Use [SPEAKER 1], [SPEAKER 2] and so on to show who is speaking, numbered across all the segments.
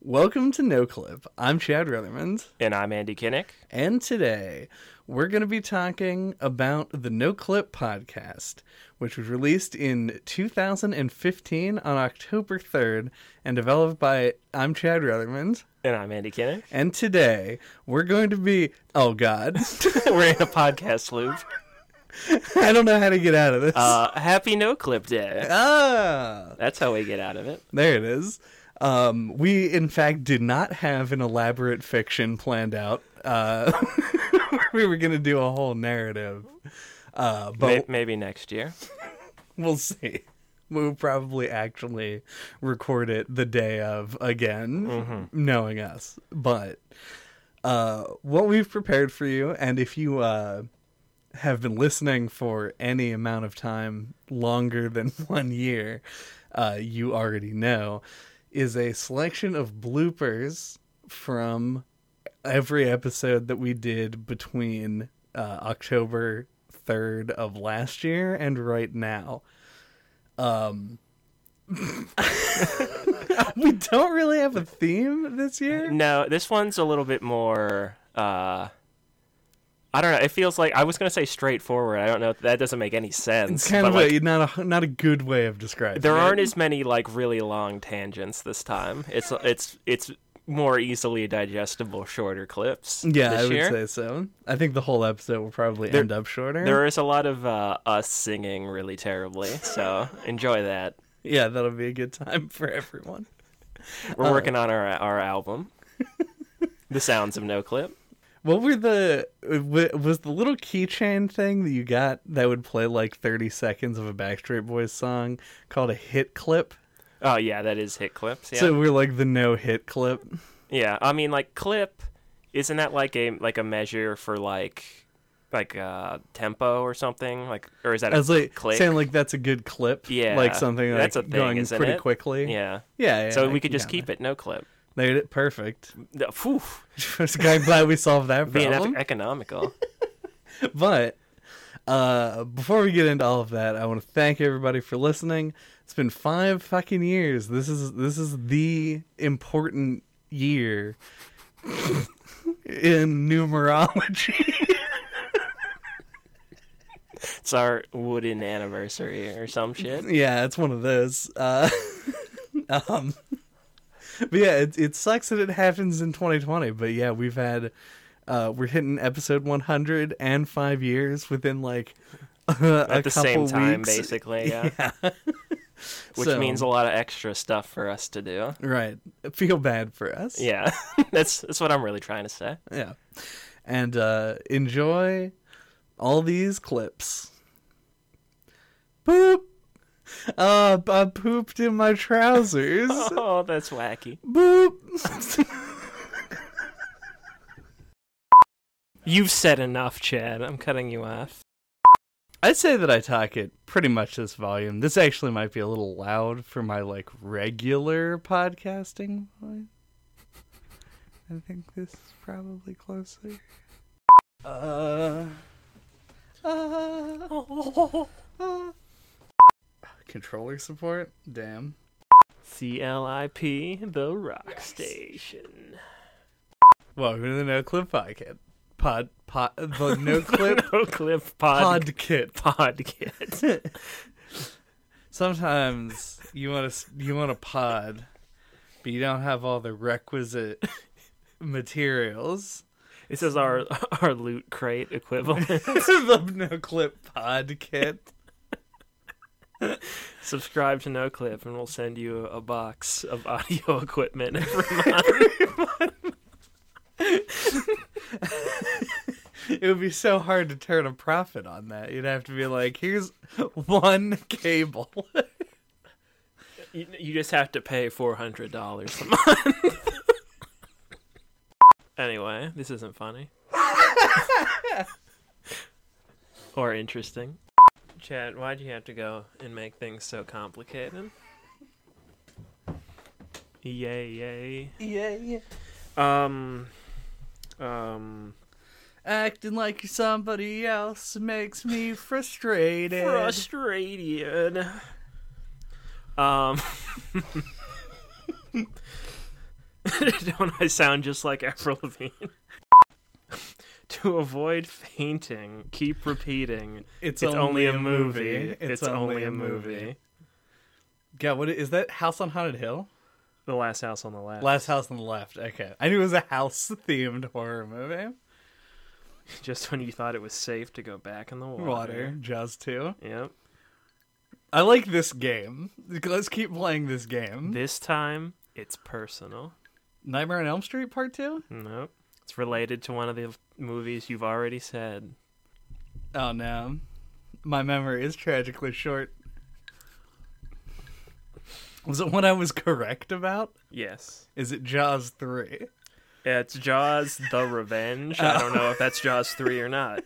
[SPEAKER 1] Welcome to No Clip. I'm Chad Ruthermond,
[SPEAKER 2] And I'm Andy Kinnick.
[SPEAKER 1] and today we're going to be talking about the No Clip podcast, which was released in 2015 on October 3rd and developed by I'm Chad Ruthermond.
[SPEAKER 2] And I'm Andy Kinnick.
[SPEAKER 1] And today we're going to be oh god,
[SPEAKER 2] We're in a podcast loop.
[SPEAKER 1] I don't know how to get out of this.
[SPEAKER 2] Uh, happy No Clip Day.
[SPEAKER 1] ah.
[SPEAKER 2] That's how we get out of it.
[SPEAKER 1] There it is. Um, we, in fact, did not have an elaborate fiction planned out. Uh, we were going to do a whole narrative, uh, but
[SPEAKER 2] May- maybe next year.
[SPEAKER 1] we'll see. We'll probably actually record it the day of again, knowing us. But uh, what we've prepared for you, and if you uh, have been listening for any amount of time longer than one year, uh, you already know, is a selection of bloopers from every episode that we did between uh, October 3rd of last year and right now. Um, we don't really have a theme this year.
[SPEAKER 2] No, this one's a little bit more. Uh, I don't know. It feels like I was going to say straightforward. I don't know. That doesn't make any sense.
[SPEAKER 1] It's kind
[SPEAKER 2] but,
[SPEAKER 1] of
[SPEAKER 2] like,
[SPEAKER 1] a, not a not a good way of describing.
[SPEAKER 2] there
[SPEAKER 1] it.
[SPEAKER 2] aren't as many like really long tangents this time. It's it's it's more easily digestible, shorter clips.
[SPEAKER 1] Yeah,
[SPEAKER 2] this
[SPEAKER 1] I would
[SPEAKER 2] year.
[SPEAKER 1] say so. I think the whole episode will probably end up shorter.
[SPEAKER 2] There is a lot of uh, us singing really terribly, so enjoy that.
[SPEAKER 1] Yeah, that'll be a good time for everyone. Oh.
[SPEAKER 2] We're working on our our album, The Sounds of No Clip.
[SPEAKER 1] What were the wa- was the little keychain thing that you got that would play like 30 seconds of a Backstreet Boys song called a hit clip?
[SPEAKER 2] Oh yeah, that is hit clips. Yeah,
[SPEAKER 1] So we're like the no hit clip.
[SPEAKER 2] yeah. I mean, like clip, isn't that like a like a measure for like like uh tempo or something? Like, or is that
[SPEAKER 1] I was
[SPEAKER 2] a
[SPEAKER 1] like
[SPEAKER 2] click?
[SPEAKER 1] saying like that's a good clip.
[SPEAKER 2] Yeah,
[SPEAKER 1] Like something like
[SPEAKER 2] that's a thing,
[SPEAKER 1] going
[SPEAKER 2] isn't
[SPEAKER 1] pretty
[SPEAKER 2] it?
[SPEAKER 1] quickly.
[SPEAKER 2] yeah.
[SPEAKER 1] Yeah, yeah,
[SPEAKER 2] So
[SPEAKER 1] I
[SPEAKER 2] we could just
[SPEAKER 1] got
[SPEAKER 2] keep it no clip.
[SPEAKER 1] that. They did it perfect.
[SPEAKER 2] No, Phew,
[SPEAKER 1] I'm glad we solved that
[SPEAKER 2] being
[SPEAKER 1] problem.
[SPEAKER 2] ec- economical.
[SPEAKER 1] But uh, before we get into all of that, I want to thank everybody for listening. It's been five fucking years. This is this is the important year in numerology.
[SPEAKER 2] it's our wooden anniversary or some shit.
[SPEAKER 1] yeah, it's one of those. Uh, um, but yeah, it it sucks that it happens in 2020. But yeah, we've had uh, we're hitting episode 100 and five years within like a
[SPEAKER 2] At the
[SPEAKER 1] couple
[SPEAKER 2] same time,
[SPEAKER 1] weeks.
[SPEAKER 2] basically, yeah. Which
[SPEAKER 1] So-
[SPEAKER 2] means a lot of extra stuff for us to do.
[SPEAKER 1] Right. Feel bad for us.
[SPEAKER 2] Yeah, that's that's what I'm really trying to say.
[SPEAKER 1] Yeah. And uh, enjoy all these clips. Boop. Uh, I pooped in my trousers.
[SPEAKER 2] Oh, that's wacky.
[SPEAKER 1] Boop.
[SPEAKER 2] You've said enough, Chad. I'm cutting you off.
[SPEAKER 1] I'd say that I talk at pretty much this volume. This actually might be a little loud for my like regular podcasting voice. I think this is probably closer. Uh, uh, uh. Controller support? Damn.
[SPEAKER 2] CLIP, the rock station.
[SPEAKER 1] Welcome to the No Clip Podcast. Pod, pod, the No Clip
[SPEAKER 2] no clip pod
[SPEAKER 1] Pod Kit.
[SPEAKER 2] podcast.
[SPEAKER 1] sometimes you want to you want a pod, but you don't have all the requisite materials.
[SPEAKER 2] This is our our loot crate equivalent.
[SPEAKER 1] the no clip pod kit.
[SPEAKER 2] Subscribe to No Clip, and we'll send you a box of audio equipment every month.
[SPEAKER 1] It would be so hard to turn a profit on that. You'd have to be like, here's one cable.
[SPEAKER 2] You, you just have to pay four hundred dollars a month. anyway, this isn't funny or interesting. Chad, why'd you have to go and make things so complicated? Yay, yay.
[SPEAKER 1] yeah, yeah.
[SPEAKER 2] Um, um,
[SPEAKER 1] Acting like you're somebody else makes me frustrated.
[SPEAKER 2] frustrated. Um. Don't I sound just like Avril Lavigne? to avoid fainting, keep repeating.
[SPEAKER 1] It's,
[SPEAKER 2] It's, only, a movie. It's, only, a movie.
[SPEAKER 1] God, what i- is that? House on Haunted Hill?
[SPEAKER 2] The Last House on the Left.
[SPEAKER 1] Last House on the Left. Okay, I knew it was a house themed horror movie.
[SPEAKER 2] Just when you thought it was safe to go back in the water.
[SPEAKER 1] Water, Jaws two.
[SPEAKER 2] Yep.
[SPEAKER 1] I like this game. Let's keep playing this game.
[SPEAKER 2] This time, it's personal.
[SPEAKER 1] Nightmare on Elm Street Part two.
[SPEAKER 2] Nope. It's related to one of the movies you've already said.
[SPEAKER 1] Oh no, my memory is tragically short. Was it what I was correct about?
[SPEAKER 2] Yes.
[SPEAKER 1] Is it Jaws three?
[SPEAKER 2] It's Jaws the Revenge. I don't know if that's Jaws 3 or not.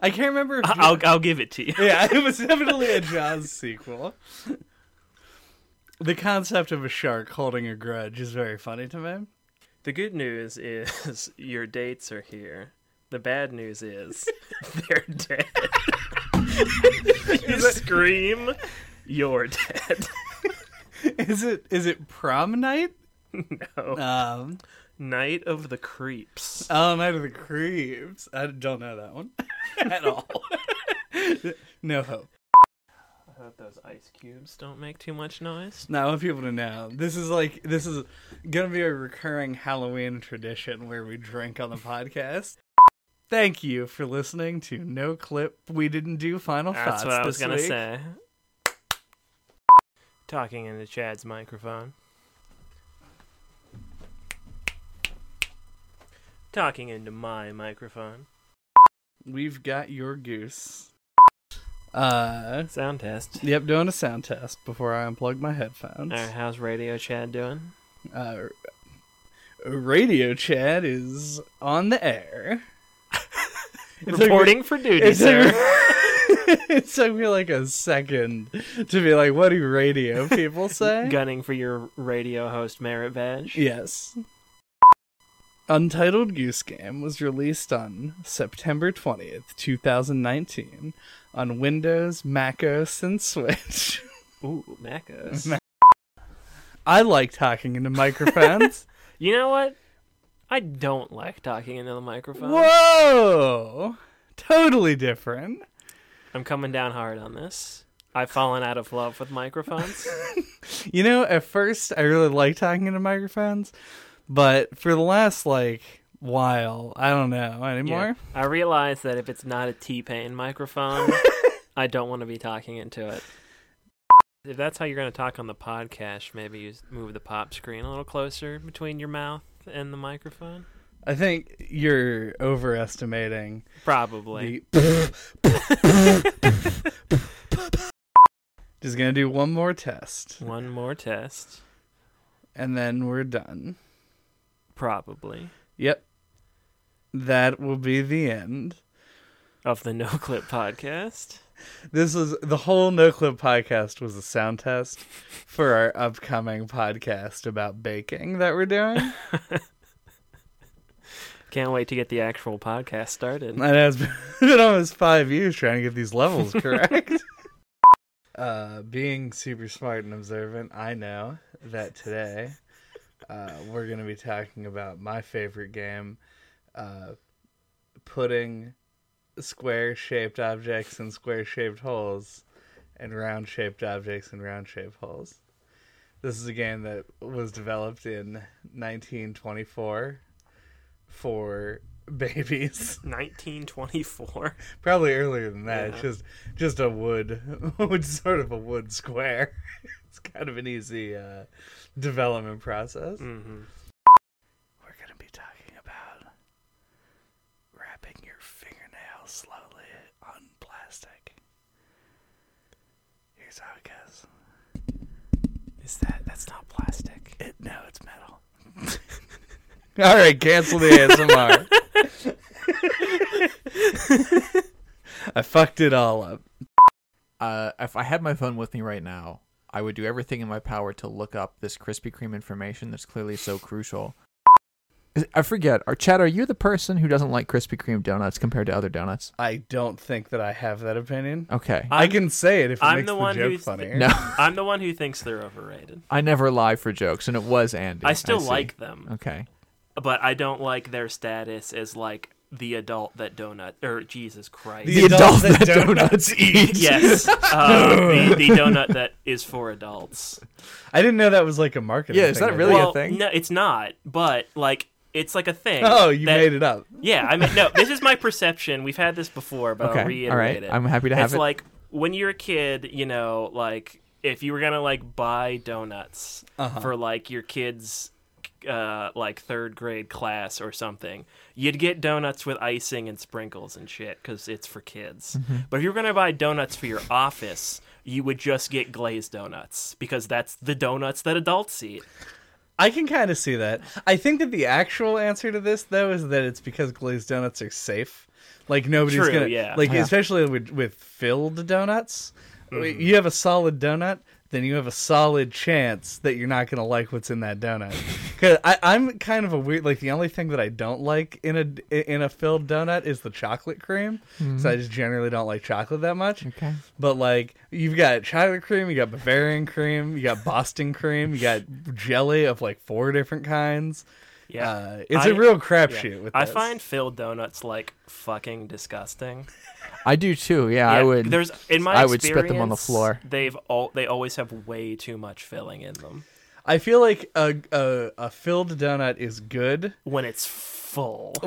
[SPEAKER 1] I can't remember. If
[SPEAKER 2] I'll, I'll give it to you.
[SPEAKER 1] yeah, it was definitely a Jaws sequel. The concept of a shark holding a grudge is very funny to me.
[SPEAKER 2] The good news is your dates are here. The bad news is they're dead. you scream, you're dead.
[SPEAKER 1] Is it is it prom night?
[SPEAKER 2] No.
[SPEAKER 1] Um,
[SPEAKER 2] Night of the Creeps.
[SPEAKER 1] oh, Night of the Creeps. I don't know that one at all. no hope.
[SPEAKER 2] I hope those ice cubes don't make too much noise.
[SPEAKER 1] No, I want people to know this is like this is gonna be a recurring Halloween tradition where we drink on the podcast. Thank you for listening to No Clip. We didn't do final
[SPEAKER 2] That's
[SPEAKER 1] thoughts.
[SPEAKER 2] what I was
[SPEAKER 1] this
[SPEAKER 2] gonna
[SPEAKER 1] week.
[SPEAKER 2] say. Talking into Chad's microphone. Talking into my microphone.
[SPEAKER 1] We've got your goose. Uh,
[SPEAKER 2] Sound test.
[SPEAKER 1] yep, doing a sound test before I unplug my headphones.
[SPEAKER 2] Alright, how's Radio Chad doing?
[SPEAKER 1] Uh, Radio Chad is on the air. It's like-
[SPEAKER 2] Reporting for duty,
[SPEAKER 1] It took,
[SPEAKER 2] sir.
[SPEAKER 1] me, it took me like a second to be like, what do radio people say?
[SPEAKER 2] Gunning for your radio host merit badge.
[SPEAKER 1] yes. Untitled Goose Game was released on September 20th, 2019 on Windows, Mac OS, and Switch.
[SPEAKER 2] Ooh, Macos.
[SPEAKER 1] Ma- I like talking into microphones.
[SPEAKER 2] you know what? I don't like talking into the microphone.
[SPEAKER 1] Whoa! Totally different.
[SPEAKER 2] I'm coming down hard on this. I've fallen out of love with microphones.
[SPEAKER 1] You know, at first I really liked talking into microphones, but for the last like while, I don't know anymore.
[SPEAKER 2] I realize that if it's not a T Pain microphone, I don't want to be talking into it. If that's how you're going to talk on the podcast, maybe you s- move the pop screen a little closer between your mouth and the microphone.
[SPEAKER 1] I think you're overestimating
[SPEAKER 2] Probably.
[SPEAKER 1] the. Just gonna do one more test,
[SPEAKER 2] One more test.
[SPEAKER 1] and then we're done.
[SPEAKER 2] Probably.
[SPEAKER 1] Yep, that will be the end.
[SPEAKER 2] Of the No Clip podcast.
[SPEAKER 1] This is the whole No Clip podcast was a sound test for our upcoming podcast about baking that we're doing.
[SPEAKER 2] Can't wait to get the actual podcast
[SPEAKER 1] It
[SPEAKER 2] started.
[SPEAKER 1] has been almost five years trying to get these levels correct. uh, being super smart and observant, I know that today uh, we're going to be talking about my favorite game uh, putting square shaped objects in square shaped holes and round shaped objects in round shaped holes. This is a game that was developed in 1924 for babies
[SPEAKER 2] 1924.
[SPEAKER 1] probably earlier than that. It's
[SPEAKER 2] Yeah.
[SPEAKER 1] just just a wood, wood sort of a wood square. It's kind of an easy uh, development process.
[SPEAKER 2] hmm
[SPEAKER 1] We're gonna be talking about wrapping your fingernails slowly on plastic. Here's how it goes.
[SPEAKER 2] Is that? That's not plastic.
[SPEAKER 1] It no, it's metal. All right, cancel the ASMR. I fucked it all up.
[SPEAKER 3] uh, if I had my phone with me right now, I would do everything in my power to look up this Krispy Kreme information that's clearly so crucial. Is- I forget. Are Chad, are you the person who doesn't like Krispy Kreme donuts compared to other donuts?
[SPEAKER 1] I don't think that I have that opinion.
[SPEAKER 3] Okay.
[SPEAKER 1] I can say it if it
[SPEAKER 2] I'm
[SPEAKER 1] makes
[SPEAKER 2] the
[SPEAKER 1] the,
[SPEAKER 2] one
[SPEAKER 1] joke
[SPEAKER 2] who's the-
[SPEAKER 1] funnier.
[SPEAKER 3] no,
[SPEAKER 2] I'm the one who thinks they're overrated.
[SPEAKER 3] I never lie for jokes, and it was Andy.
[SPEAKER 2] I still
[SPEAKER 3] see.
[SPEAKER 2] like them,
[SPEAKER 3] Okay.
[SPEAKER 2] but I don't like their status as like the adult that donut or Jesus Christ.
[SPEAKER 1] The adults that donuts
[SPEAKER 3] eat.
[SPEAKER 2] yes, uh, the, the donut that is for adults.
[SPEAKER 1] I didn't know that was like a marketing.
[SPEAKER 3] Yeah, is
[SPEAKER 1] thing they
[SPEAKER 3] that really
[SPEAKER 1] did.
[SPEAKER 3] a
[SPEAKER 2] well,
[SPEAKER 3] thing?
[SPEAKER 2] no, it's not. But like, it's like a thing.
[SPEAKER 1] Oh, you
[SPEAKER 2] that-
[SPEAKER 1] made it up.
[SPEAKER 2] Yeah, I mean, no, this is my perception. We've had this before, but
[SPEAKER 3] Okay.
[SPEAKER 2] I'll
[SPEAKER 3] All
[SPEAKER 2] reiterate
[SPEAKER 3] right.
[SPEAKER 2] it.
[SPEAKER 3] I'm happy to have
[SPEAKER 2] it's
[SPEAKER 3] it.
[SPEAKER 2] like when you're a kid, you know, like if you were gonna like buy donuts for like your kids. Uh, like third grade class or something, you'd get donuts with icing and sprinkles and shit because it's for kids.
[SPEAKER 3] Mm-hmm.
[SPEAKER 2] But if you were gonna buy donuts for your office, you would just get glazed donuts because that's the donuts that adults eat.
[SPEAKER 1] I can kind of see that. I think that the actual answer to this though is that it's because glazed donuts are safe. Like nobody's
[SPEAKER 2] True,
[SPEAKER 1] gonna
[SPEAKER 2] yeah. Mm-hmm.
[SPEAKER 1] like
[SPEAKER 3] Yeah.
[SPEAKER 1] especially with with filled donuts. You have a solid donut, then you have a solid chance that you're not gonna like what's in that donut. Because I'm kind of a weird like the only thing that I don't like in a in a filled donut is the chocolate cream.
[SPEAKER 2] Mm-hmm.
[SPEAKER 1] So I just generally don't like chocolate that much.
[SPEAKER 3] Okay.
[SPEAKER 1] But like you've got chocolate cream, you got Bavarian cream, you got Boston cream, you got jelly of like four different kinds.
[SPEAKER 2] Yeah,
[SPEAKER 1] Uh, it's
[SPEAKER 2] a
[SPEAKER 1] a real crapshoot. With
[SPEAKER 2] I
[SPEAKER 1] this.
[SPEAKER 2] find filled donuts like fucking disgusting.
[SPEAKER 3] I do too. Yeah, I
[SPEAKER 2] Yeah,
[SPEAKER 3] would.
[SPEAKER 2] There's in my
[SPEAKER 3] I would spit them on the
[SPEAKER 2] experience,
[SPEAKER 3] floor.
[SPEAKER 2] They've all they always have way too much filling in them
[SPEAKER 1] I feel like a a, a filled donut is good.
[SPEAKER 2] when it's full.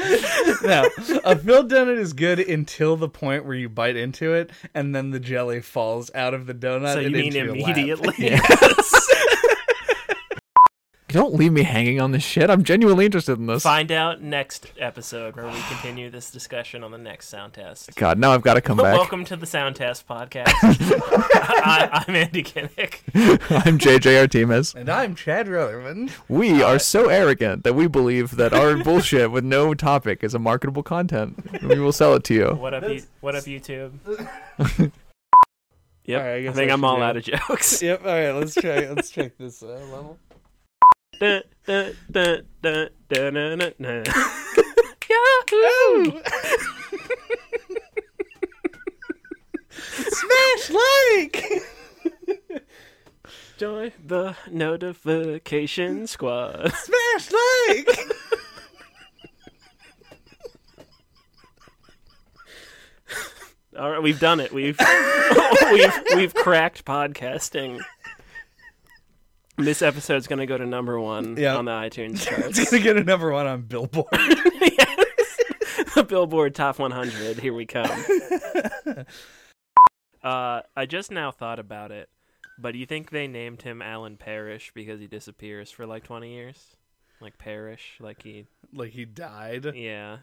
[SPEAKER 3] Uh,
[SPEAKER 1] No, a filled donut is good until the point where you bite into it, and then the jelly falls out of the donut.
[SPEAKER 2] so you
[SPEAKER 1] and
[SPEAKER 2] mean
[SPEAKER 1] into your lap.
[SPEAKER 2] immediately?
[SPEAKER 3] Don't leave me hanging on this shit. I'm genuinely interested in this.
[SPEAKER 2] Find out next episode where we continue this discussion on the next sound test.
[SPEAKER 3] God, now I've got to come
[SPEAKER 2] But
[SPEAKER 3] back.
[SPEAKER 2] welcome to the Sound Test Podcast. I, I'm Andy Kinnick.
[SPEAKER 3] I'm JJ Artemis.
[SPEAKER 1] And I'm Chad Rutherman.
[SPEAKER 3] We are so arrogant that we believe that our bullshit with no topic is a marketable content. and We will sell it to you.
[SPEAKER 2] What up, you, what up, YouTube? yep,
[SPEAKER 1] All right, I
[SPEAKER 2] I,
[SPEAKER 1] guess
[SPEAKER 2] think
[SPEAKER 1] I
[SPEAKER 2] I'm
[SPEAKER 1] should
[SPEAKER 2] all
[SPEAKER 1] do
[SPEAKER 2] out of jokes.
[SPEAKER 1] Yep. All right. Let's try. Let's check this uh, level.
[SPEAKER 2] Dun, dun, dun, dun, dun, dun, dun, dun.
[SPEAKER 1] Yahoo! Smash like.
[SPEAKER 2] Join the notification squad.
[SPEAKER 1] Smash like.
[SPEAKER 2] All right, we've done it. We've we've we've cracked podcasting. This episode's gonna go to number one
[SPEAKER 1] Yeah.
[SPEAKER 2] on the iTunes
[SPEAKER 1] it's
[SPEAKER 2] charts.
[SPEAKER 1] gonna get a number one on Billboard.
[SPEAKER 2] the Billboard Top 100. Here we come. Uh, I just now thought about it, but do you think they named him Alan Parrish because he disappears for like 20 years? Like Parrish, like he,
[SPEAKER 1] like he died.
[SPEAKER 2] yeah.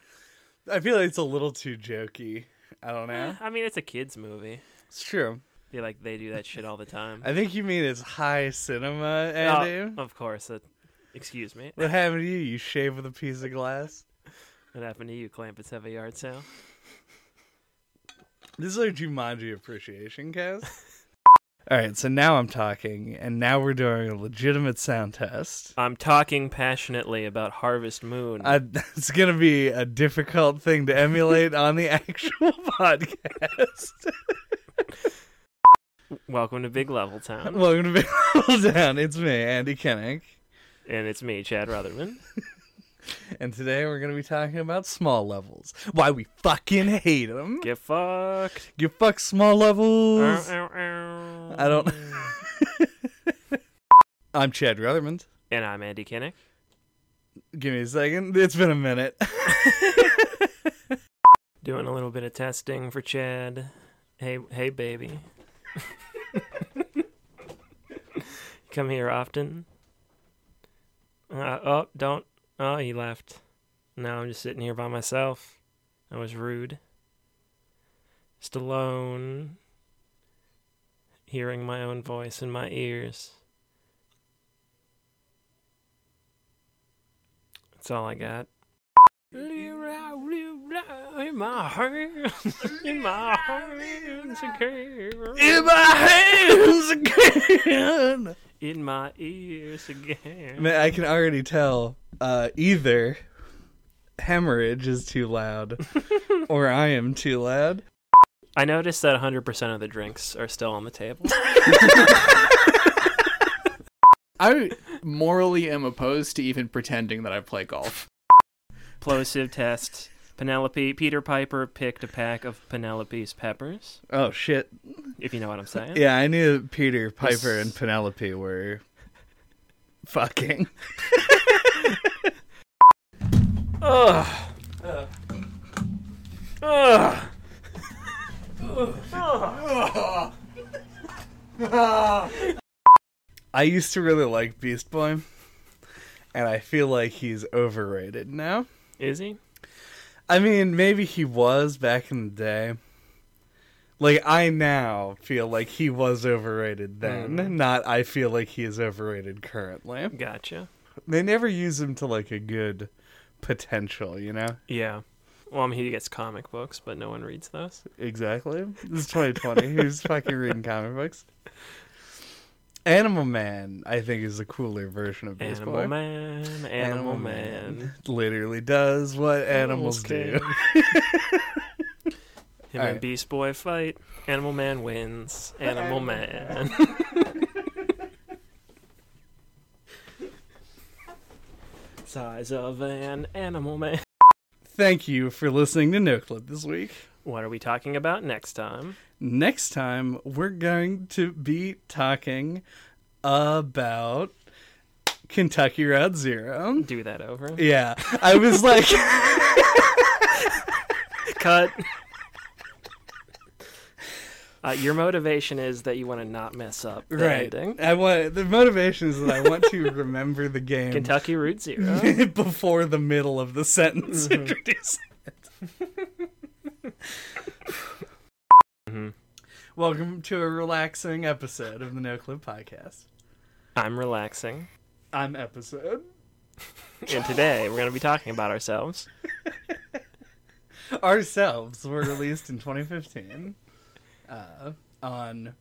[SPEAKER 1] I feel like it's a little too jokey. I don't know.
[SPEAKER 2] I mean, it's a kids' movie.
[SPEAKER 1] It's true.
[SPEAKER 2] They like they do that shit all the time.
[SPEAKER 1] I think you mean it's high cinema,
[SPEAKER 2] Oh,
[SPEAKER 1] Andy.
[SPEAKER 2] of course. That, excuse me.
[SPEAKER 1] What happened to you? You shave with a piece of glass.
[SPEAKER 2] What happened to you, Clampets? Have a yard sale?
[SPEAKER 1] This is our Jumanji appreciation cast. All right, so now I'm talking, and now we're doing a legitimate sound test.
[SPEAKER 2] I'm talking passionately about Harvest Moon.
[SPEAKER 1] I, it's going to be a difficult thing to emulate on the actual podcast.
[SPEAKER 2] Welcome to Big Level Town,
[SPEAKER 1] Welcome to Big Level Down. It's me, Andy Kinnick.
[SPEAKER 2] and it's me, Chad Rutherman.
[SPEAKER 1] And today we're going to be talking about small levels. Why we fucking hate them.
[SPEAKER 2] Get fucked.
[SPEAKER 1] You fuck small
[SPEAKER 2] Ow,
[SPEAKER 1] levels.
[SPEAKER 2] ow, ow.
[SPEAKER 1] I don't. I'm Chad Rutherman.
[SPEAKER 2] And I'm Andy Kinnick.
[SPEAKER 1] Give me a second. It's been a minute.
[SPEAKER 2] Doing a little bit of testing for Chad. Hey, hey, baby. Come here often. Uh, oh, don't. Oh, he left. Now I'm just sitting here by myself. I was rude. Just alone. Hearing my own voice in my ears. That's all I got. In my hands, in my hands, again.
[SPEAKER 1] In my hands again.
[SPEAKER 2] in my ears again.
[SPEAKER 1] Man, I can already tell uh, either hemorrhage is too loud or I am too loud.
[SPEAKER 2] I noticed that 100% of the drinks are still on the table.
[SPEAKER 3] I morally am opposed to even pretending that I play golf.
[SPEAKER 2] Plosive test. Penelope, Peter Piper picked a pack of Penelope's peppers,
[SPEAKER 1] Oh, shit.
[SPEAKER 2] if you know what I'm saying.
[SPEAKER 1] Yeah, I knew that Peter, Piper, and Penelope were fucking.
[SPEAKER 2] Ugh. Ugh. Ugh.
[SPEAKER 1] I used to really like Beast Boy, and I feel like he's overrated now.
[SPEAKER 2] Is he?
[SPEAKER 1] I mean, maybe he was back in the day. Like I now feel like he was overrated then, not I feel like he is overrated currently.
[SPEAKER 2] Gotcha.
[SPEAKER 1] They never use him to like a good potential, you know?
[SPEAKER 2] Yeah. Well, I mean, he gets comic books, but no one reads those.
[SPEAKER 1] Exactly. This is 2020. Who's fucking reading comic books? Animal Man, I think, is a cooler version of Beast
[SPEAKER 2] Animal
[SPEAKER 1] Boy.
[SPEAKER 2] Man, Animal, Man.
[SPEAKER 1] literally does what animals do.
[SPEAKER 2] Animals Him
[SPEAKER 1] All
[SPEAKER 2] and
[SPEAKER 1] right.
[SPEAKER 2] Beast Boy fight. Animal Man wins. Animal Man. Size of an animal man.
[SPEAKER 1] Thank you for listening to No Clip this week.
[SPEAKER 2] What are we talking about next time?
[SPEAKER 1] Next time, we're going to be talking about Kentucky Route Zero.
[SPEAKER 2] Do that over.
[SPEAKER 1] Yeah, I was like,
[SPEAKER 2] Cut. Uh, your motivation is that you want to not mess up the
[SPEAKER 1] right.
[SPEAKER 2] ending.
[SPEAKER 1] I want the motivation is that I want to remember the game
[SPEAKER 2] Kentucky Route Zero. Mm-hmm.
[SPEAKER 1] before the middle of the sentence introducing it.
[SPEAKER 2] Mhm.
[SPEAKER 1] Welcome to a relaxing episode of the No Clip Podcast.
[SPEAKER 2] I'm relaxing.
[SPEAKER 1] I'm episode.
[SPEAKER 2] And today we're going to be talking about ourselves.
[SPEAKER 1] Ourselves were released in 2015 uh, on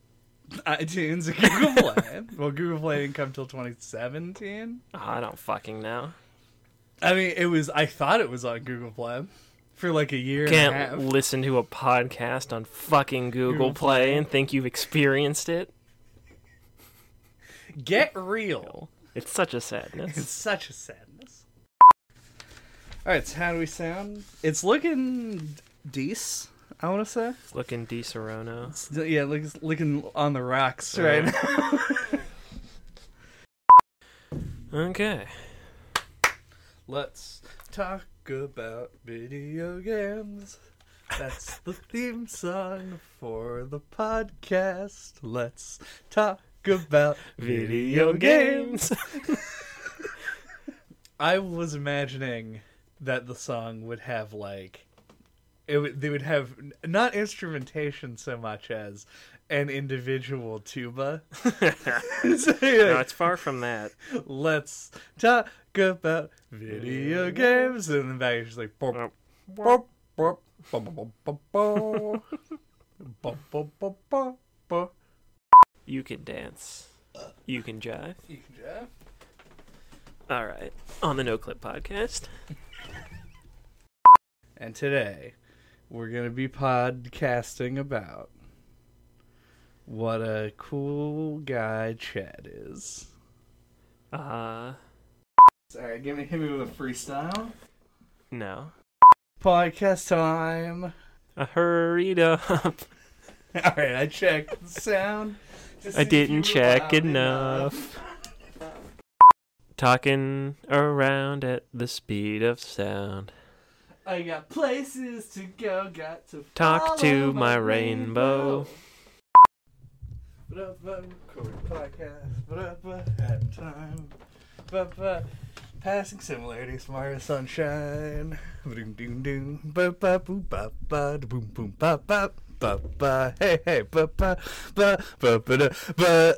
[SPEAKER 1] iTunes and Google Play. well, Google Play didn't come till 2017.
[SPEAKER 2] Oh, I don't fucking know.
[SPEAKER 1] I mean, it was. I thought it was on Google Play for like a year and a half.
[SPEAKER 2] can't listen to a podcast on fucking Google
[SPEAKER 1] Google
[SPEAKER 2] Play and think you've experienced it.
[SPEAKER 1] Get real.
[SPEAKER 2] It's such a
[SPEAKER 1] It's
[SPEAKER 2] sadness.
[SPEAKER 1] such a sadness. All right, so how do we sound? It's looking decent. I want to say.
[SPEAKER 2] It's looking De Serono.
[SPEAKER 1] It's, yeah, look, it's looking on the rocks right now.
[SPEAKER 2] Okay.
[SPEAKER 1] Let's talk about video games. That's the theme song for the podcast. Let's talk about video games. I was imagining that the song would have like it would, they would have n- not instrumentation so much as an individual tuba. So, yeah,
[SPEAKER 2] no, it's far from that.
[SPEAKER 1] Let's talk about video Oh. games, and then back it's just like bop, bop, bop, bop, bop, bop, bop. Bop, bop, bop, bop, bop.
[SPEAKER 2] You can dance. You can jive.
[SPEAKER 1] You can jive.
[SPEAKER 2] All right. On the No Clip podcast.
[SPEAKER 1] And today, we're going to be podcasting about what a cool guy Chad is.
[SPEAKER 2] Uh,
[SPEAKER 1] Sorry, give me, hit me with a freestyle.
[SPEAKER 2] no.
[SPEAKER 1] Podcast time.
[SPEAKER 2] I hurried up.
[SPEAKER 1] All right, I checked the sound. to see
[SPEAKER 2] I
[SPEAKER 1] if you were
[SPEAKER 2] didn't check
[SPEAKER 1] loud
[SPEAKER 2] enough. Talking around at the speed of sound.
[SPEAKER 1] I got places to go, got to
[SPEAKER 2] Talk to
[SPEAKER 1] follow
[SPEAKER 2] my rainbow.
[SPEAKER 1] Ba-da-ba, record podcast, ba-da-ba, at time. Ba-ba, passing similarities, Mara sunshine. Doom doom doom. Ba ba boom ba ba da boom boom ba ba ba ba. Hey hey ba ba ba ba ba da ba.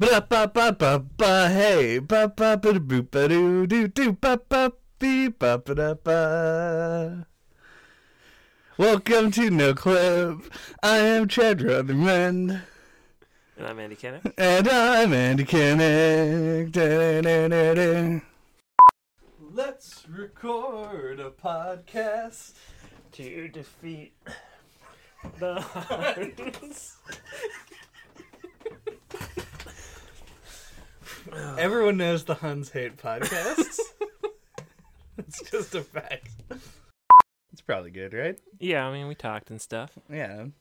[SPEAKER 1] Ba ba ba ba ba hey ba ba ba da boop ba doo doo doo ba ba bee ba ba da ba. Welcome to No Clip. I am Chad Rutherman.
[SPEAKER 2] And I'm Andy Kennick.
[SPEAKER 1] And I'm Andy Kinnick. Da-da-da-da-da. Let's record a podcast.
[SPEAKER 2] To defeat the Huns.
[SPEAKER 1] Everyone knows the Huns hate podcasts. it's just a fact. It's probably good, right?
[SPEAKER 2] yeah, I mean, we talked and stuff.
[SPEAKER 1] Yeah.